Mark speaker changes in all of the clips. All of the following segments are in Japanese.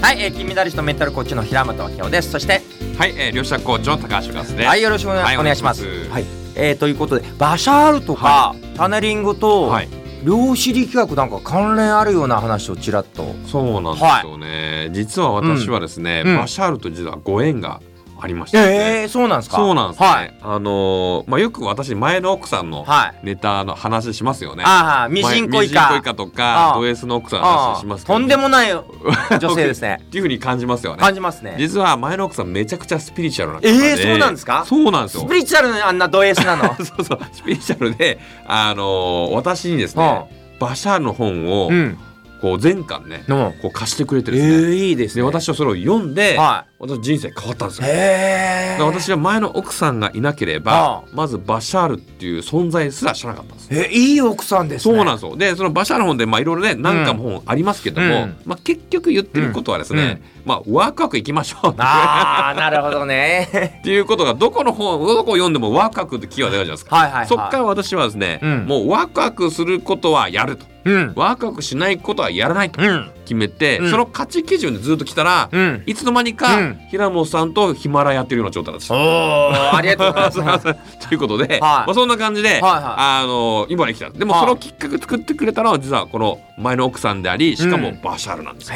Speaker 1: はい、えー、金メダリストメンタルコーチの平本明夫ですそして
Speaker 2: はい、えー、両者コーチの高橋和です。
Speaker 1: はいよろしくお願い,、
Speaker 2: はい
Speaker 1: お願いします
Speaker 2: お願いします
Speaker 1: はい、えー、ということでバシャールとか、タネリングと、
Speaker 2: はい
Speaker 1: 量子力学なんか関連あるような話をちらっと
Speaker 2: そうなんですよね。実は私はですね、
Speaker 1: うん
Speaker 2: バシャールと実はご縁がありまして、
Speaker 1: え
Speaker 2: ね
Speaker 1: えー、そうなんですか
Speaker 2: そうなんですね。
Speaker 1: はい、
Speaker 2: あのーまあよく私前の奥さんの
Speaker 1: はい、
Speaker 2: ネタの話しますよね。
Speaker 1: ああミシンコイカ
Speaker 2: ミシンコイカとか
Speaker 1: ああ
Speaker 2: ド S の奥さんの
Speaker 1: あ
Speaker 2: 話しま
Speaker 1: あ
Speaker 2: すけど。
Speaker 1: とんでもない女
Speaker 2: 女
Speaker 1: 性 ですね
Speaker 2: っていうふうに感じますよね。
Speaker 1: 感じますね
Speaker 2: 実は前の奥さんめちゃくちゃスピリチュアルな方
Speaker 1: ええそうなんですか
Speaker 2: そうなんです
Speaker 1: ス
Speaker 2: よ
Speaker 1: ピ。リチュアルなあんなド S なの
Speaker 2: そうそうスピリチュアルであのー私にですね、バシャールの本を、
Speaker 1: うん
Speaker 2: こう全巻ね、
Speaker 1: の
Speaker 2: こう貸してくれて
Speaker 1: ええ
Speaker 2: ですね、
Speaker 1: いいです
Speaker 2: で
Speaker 1: ね
Speaker 2: 私はそれを読んで、
Speaker 1: は
Speaker 2: 私人生変わったんです
Speaker 1: い
Speaker 2: よ。
Speaker 1: へえ
Speaker 2: だから私は前の奥さんがいなければ、
Speaker 1: ああ
Speaker 2: まずバシャールっていう存在すら知らなかったんです。
Speaker 1: えいい奥さんです
Speaker 2: そ
Speaker 1: ね
Speaker 2: うなんですよ。で、そのバシャールの本で、まあ、いろいろね、何巻も本ありますけども、
Speaker 1: うん
Speaker 2: まあ、結局言ってることはですね、まあ、ワークワクいきましょうって
Speaker 1: ああなるほどね
Speaker 2: っていうことが、どこの本、どこを読んでもワークワクってキーワードがあるじゃないですか。
Speaker 1: はいはい、はい、
Speaker 2: そっから私はですね、
Speaker 1: うん
Speaker 2: もうワクワクすることはやると、
Speaker 1: うん
Speaker 2: ワクワクしないことはやらないと
Speaker 1: うん
Speaker 2: 決めて、
Speaker 1: うん
Speaker 2: その価値基準でずっと来たら、
Speaker 1: うん
Speaker 2: いつの間に
Speaker 1: う
Speaker 2: か
Speaker 1: ん
Speaker 2: 平本さんとヒマラヤってるような状態だった
Speaker 1: お。おありがとうございます
Speaker 2: ということで、まあ、そんな感じで、
Speaker 1: いはい
Speaker 2: あの今に来たでも
Speaker 1: はい
Speaker 2: そのきっかけ作ってくれたのは実はこの前の奥さんでありしか
Speaker 1: う
Speaker 2: も
Speaker 1: ん
Speaker 2: バシャールなんですよ。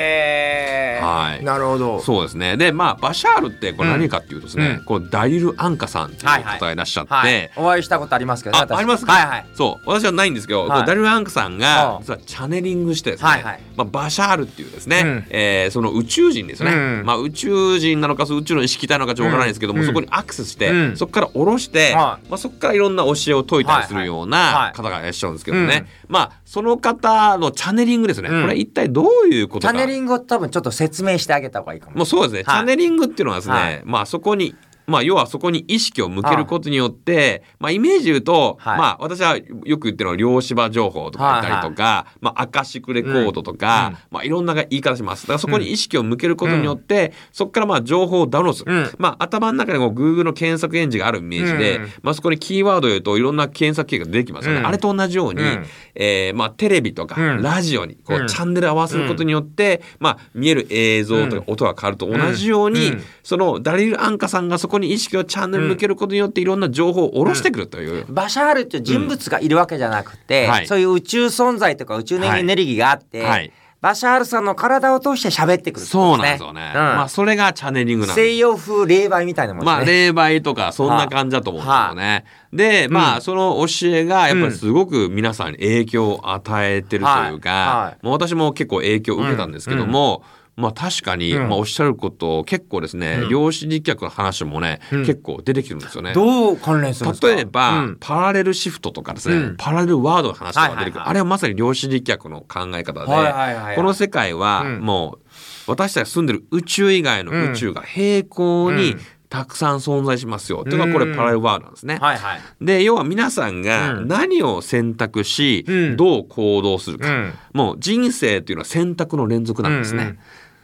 Speaker 1: へえ、
Speaker 2: はい
Speaker 1: なるほど
Speaker 2: そうですねでまあバシャールってこれ何かっていうとですね、
Speaker 1: うん
Speaker 2: こうダリル・アンカさんっていう方がいらっしゃって、
Speaker 1: はい、お会いしたことありますけどね
Speaker 2: あ
Speaker 1: 私
Speaker 2: ありますか
Speaker 1: はいはい
Speaker 2: そう私はないんですけど、
Speaker 1: はい
Speaker 2: ダリル・アンカさん
Speaker 1: う
Speaker 2: が
Speaker 1: ん
Speaker 2: 実はチャネリングしてですね、
Speaker 1: はいはい
Speaker 2: まあ、バシャールっていうですね、
Speaker 1: うん
Speaker 2: えーその宇宙人ですよね、
Speaker 1: うん
Speaker 2: まあ、宇宙人なのかその宇宙の意識体なのかちょっとわからないですけども、
Speaker 1: うん
Speaker 2: そこにアクセスして、
Speaker 1: うん
Speaker 2: そこから下ろして、
Speaker 1: は
Speaker 2: まあ、そこからいろんな教えを解いたりす
Speaker 1: はいは
Speaker 2: るよう
Speaker 1: いは
Speaker 2: ない方がいらっしゃるんですけどね、
Speaker 1: うん
Speaker 2: まあその方のチャネリングですね、
Speaker 1: うん
Speaker 2: これ一体どういうこと
Speaker 1: チャ
Speaker 2: か
Speaker 1: ネリングを多分ちょっと説明してあげた方がいいかも
Speaker 2: もうそうですね、
Speaker 1: はい
Speaker 2: チャネリングっていうのはですね、
Speaker 1: はい
Speaker 2: まあそこにまあ要はそこに意識を向けることによってまあイメージで言うと、
Speaker 1: はい
Speaker 2: まあ私はよく言ってるのは量子場情報とか言ったりとか、まあアカシックレコードとか、
Speaker 1: うん
Speaker 2: まあいろんな言い方しますだからそこに意識を向けることによって、そこからまあ情報をダウンロードする、
Speaker 1: うん
Speaker 2: まあ頭の中にこう Google の検索エンジンがあるイメージで、
Speaker 1: うん
Speaker 2: まあそこにキーワードを言うといろんな検索結果ができますよね、
Speaker 1: うん
Speaker 2: あれと同じように、
Speaker 1: うん
Speaker 2: えーまあテレビとか
Speaker 1: うん
Speaker 2: ラジオにこう、
Speaker 1: うん
Speaker 2: チャンネルを合わせることによって、まあ見える映像とか音が変わると同じように、
Speaker 1: うんうん
Speaker 2: そのダリル・アンカさんがそこに意識をチャンネル向けることによっていろんな情報を下ろしてくるという、
Speaker 1: バシャールっていう人物がいるわけじゃなくて、
Speaker 2: うんはい
Speaker 1: そういう宇宙存在とか宇宙のエネルギーがあって、
Speaker 2: はい
Speaker 1: バシャールさんの体を通して喋ってくるって
Speaker 2: そ
Speaker 1: こ
Speaker 2: う
Speaker 1: と
Speaker 2: なん
Speaker 1: ね、
Speaker 2: ですよね、まあそれがチャネリング
Speaker 1: うん
Speaker 2: なんです
Speaker 1: 西洋風霊媒みたいなもんです
Speaker 2: ま
Speaker 1: ね、
Speaker 2: あ霊媒とかそんな感じだと思うんですよね。でま
Speaker 1: うん
Speaker 2: あその教えがやっぱりすごく皆さんに影響を与えてるという
Speaker 1: はいは
Speaker 2: か、もう私も結構影響を受けたんですけども。まあ確かに、
Speaker 1: うん
Speaker 2: まあ、おっしゃること結構ですね、
Speaker 1: うん
Speaker 2: 量子力学の話もね、
Speaker 1: うん
Speaker 2: 結構出てきてるんですよね。
Speaker 1: どう関連するんですか
Speaker 2: 例えば、
Speaker 1: うん
Speaker 2: パラレルシフトとかですね、
Speaker 1: うん
Speaker 2: パラレルワードの話とか出てくる、
Speaker 1: はいはいはい
Speaker 2: あれはまさに量子力学の考え方で、
Speaker 1: はいはいはいはい
Speaker 2: この世界は
Speaker 1: うん
Speaker 2: もう私たちが住んでる宇宙以外の宇宙が平行
Speaker 1: う
Speaker 2: に
Speaker 1: ん
Speaker 2: たくさん存在しますよ、というのがこ
Speaker 1: うん
Speaker 2: れパラレルワードなんですね。
Speaker 1: はいはい、
Speaker 2: で要は皆さんが
Speaker 1: うん
Speaker 2: 何を選択し、
Speaker 1: うん
Speaker 2: どう行動するか、
Speaker 1: うん
Speaker 2: もう人生というのは選択の連続なんですね。
Speaker 1: うんうん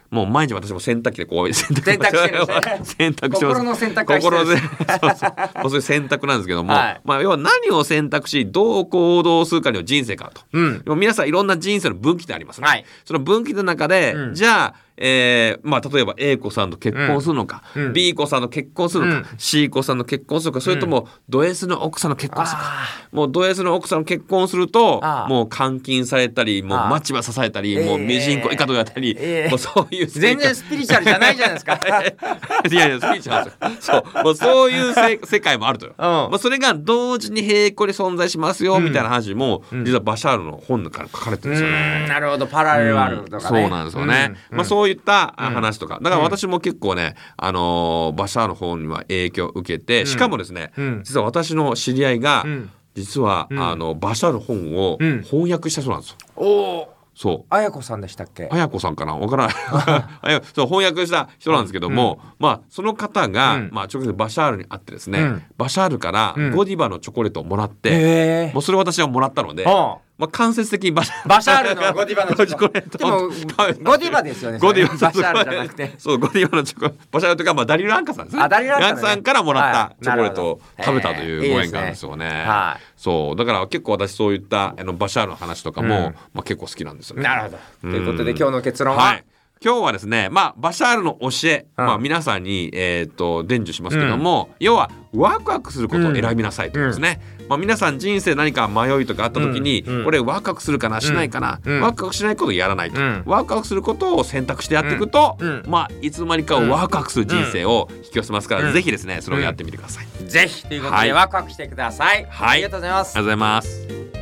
Speaker 2: もう毎日私も洗濯機でこう洗濯
Speaker 1: 洗濯してるんですね
Speaker 2: 洗濯してます
Speaker 1: 心の洗濯が必要です
Speaker 2: 心のそうそうもうそういう洗濯なんですけども、
Speaker 1: はい
Speaker 2: まあ要は何を選択しどう行動するかには人生かと。
Speaker 1: うん
Speaker 2: でも皆さんいろんな人生の分岐点ありますね。
Speaker 1: はい
Speaker 2: その分岐点の中で、
Speaker 1: うん
Speaker 2: じゃあ、えーまあ、例えば A 子さんと結婚するのか、
Speaker 1: うんうん
Speaker 2: B 子さんと結婚するのか、
Speaker 1: う
Speaker 2: C 子さんと結婚するのかそれともド S の奥さんの結婚するか。
Speaker 1: あ
Speaker 2: もうド S の奥さんの結婚すると
Speaker 1: ああ
Speaker 2: もう監禁されたりもう
Speaker 1: ああ
Speaker 2: 待ちばさされたり
Speaker 1: ええ
Speaker 2: もうミジンコイカとやったり、
Speaker 1: ええ
Speaker 2: もうそういう
Speaker 1: ー
Speaker 2: 生
Speaker 1: 全
Speaker 2: 活
Speaker 1: 然スピリチュアルじゃないじゃないですか
Speaker 2: いやいやスピリチュアルなんですよそうもうそうい うせ世界もあるとよ、まあ、それが同時に平行に存在しますよ、
Speaker 1: うん
Speaker 2: みたいな話も
Speaker 1: うん
Speaker 2: 実はバシャールの本の中に書かれて
Speaker 1: う
Speaker 2: るんですよね。
Speaker 1: んなるほどパラレルワールドとかね、
Speaker 2: そうなんですよね、
Speaker 1: うん
Speaker 2: まあ、
Speaker 1: う
Speaker 2: そういったあ
Speaker 1: うん
Speaker 2: 話とかだから私も結構ね、あのーバシャールの方には影響を受けて、しかもですね、
Speaker 1: うん
Speaker 2: 実は私の知り合いが、
Speaker 1: うん
Speaker 2: 実は、
Speaker 1: うん
Speaker 2: あのバシャールの本を
Speaker 1: うん
Speaker 2: 翻訳したそうなんですよ。
Speaker 1: おお
Speaker 2: そう
Speaker 1: 綾子さんでしたっけ
Speaker 2: 綾子さんかなわ からないあやそう翻訳した人なんですけども、まあその方が、
Speaker 1: うん
Speaker 2: まあ、直接バシャールに会ってですね、
Speaker 1: うん
Speaker 2: バシャールから
Speaker 1: うん
Speaker 2: ゴディバのチョコレートをもらって、
Speaker 1: へえ
Speaker 2: もうそれを私はもらったので、
Speaker 1: うん
Speaker 2: まあ、間接的にバシャール
Speaker 1: バシャールのゴディバのチョコ
Speaker 2: ゴディバのチョコレート
Speaker 1: でもゴディバですよね。
Speaker 2: ゴディバ
Speaker 1: それバシャールじゃなくて。
Speaker 2: そうゴディバのチョコバシャールというか、まあ、ダリル・アンカさんですね
Speaker 1: あダリルアンカね
Speaker 2: さんからもらっ
Speaker 1: は
Speaker 2: た
Speaker 1: い
Speaker 2: チョコレートを食べたと
Speaker 1: なるほど
Speaker 2: い
Speaker 1: え
Speaker 2: う
Speaker 1: え
Speaker 2: ご縁があるんですよね。
Speaker 1: はい
Speaker 2: そうだから結構私そういったあのバシャールの話とかも、まあ、結構好きなんですよね。
Speaker 1: なるほど。と
Speaker 2: うん
Speaker 1: いうことで今日の結論は、
Speaker 2: はい今日はですね、まあ、バシャールの教え、
Speaker 1: うん
Speaker 2: まあ、皆さんに、えー、と伝授しますけども、要はワクワクすることを選びなさいということですね、まあ、皆さん人生何か迷いとかあった時に、
Speaker 1: うんうん
Speaker 2: 俺ワクワクするかなしないかな、
Speaker 1: うん
Speaker 2: ワクワクしないことをやらないと、
Speaker 1: うん
Speaker 2: ワクワクすることを選択してやっていくと、
Speaker 1: うんうん
Speaker 2: まあ、いつの間にかワクワクする人生を引き寄せますから、
Speaker 1: うん
Speaker 2: ぜひですねそれをやってみてください、あり
Speaker 1: ぜひということで、
Speaker 2: はい
Speaker 1: ワクワクしてください、
Speaker 2: はい
Speaker 1: ありがとうございます
Speaker 2: がとうございます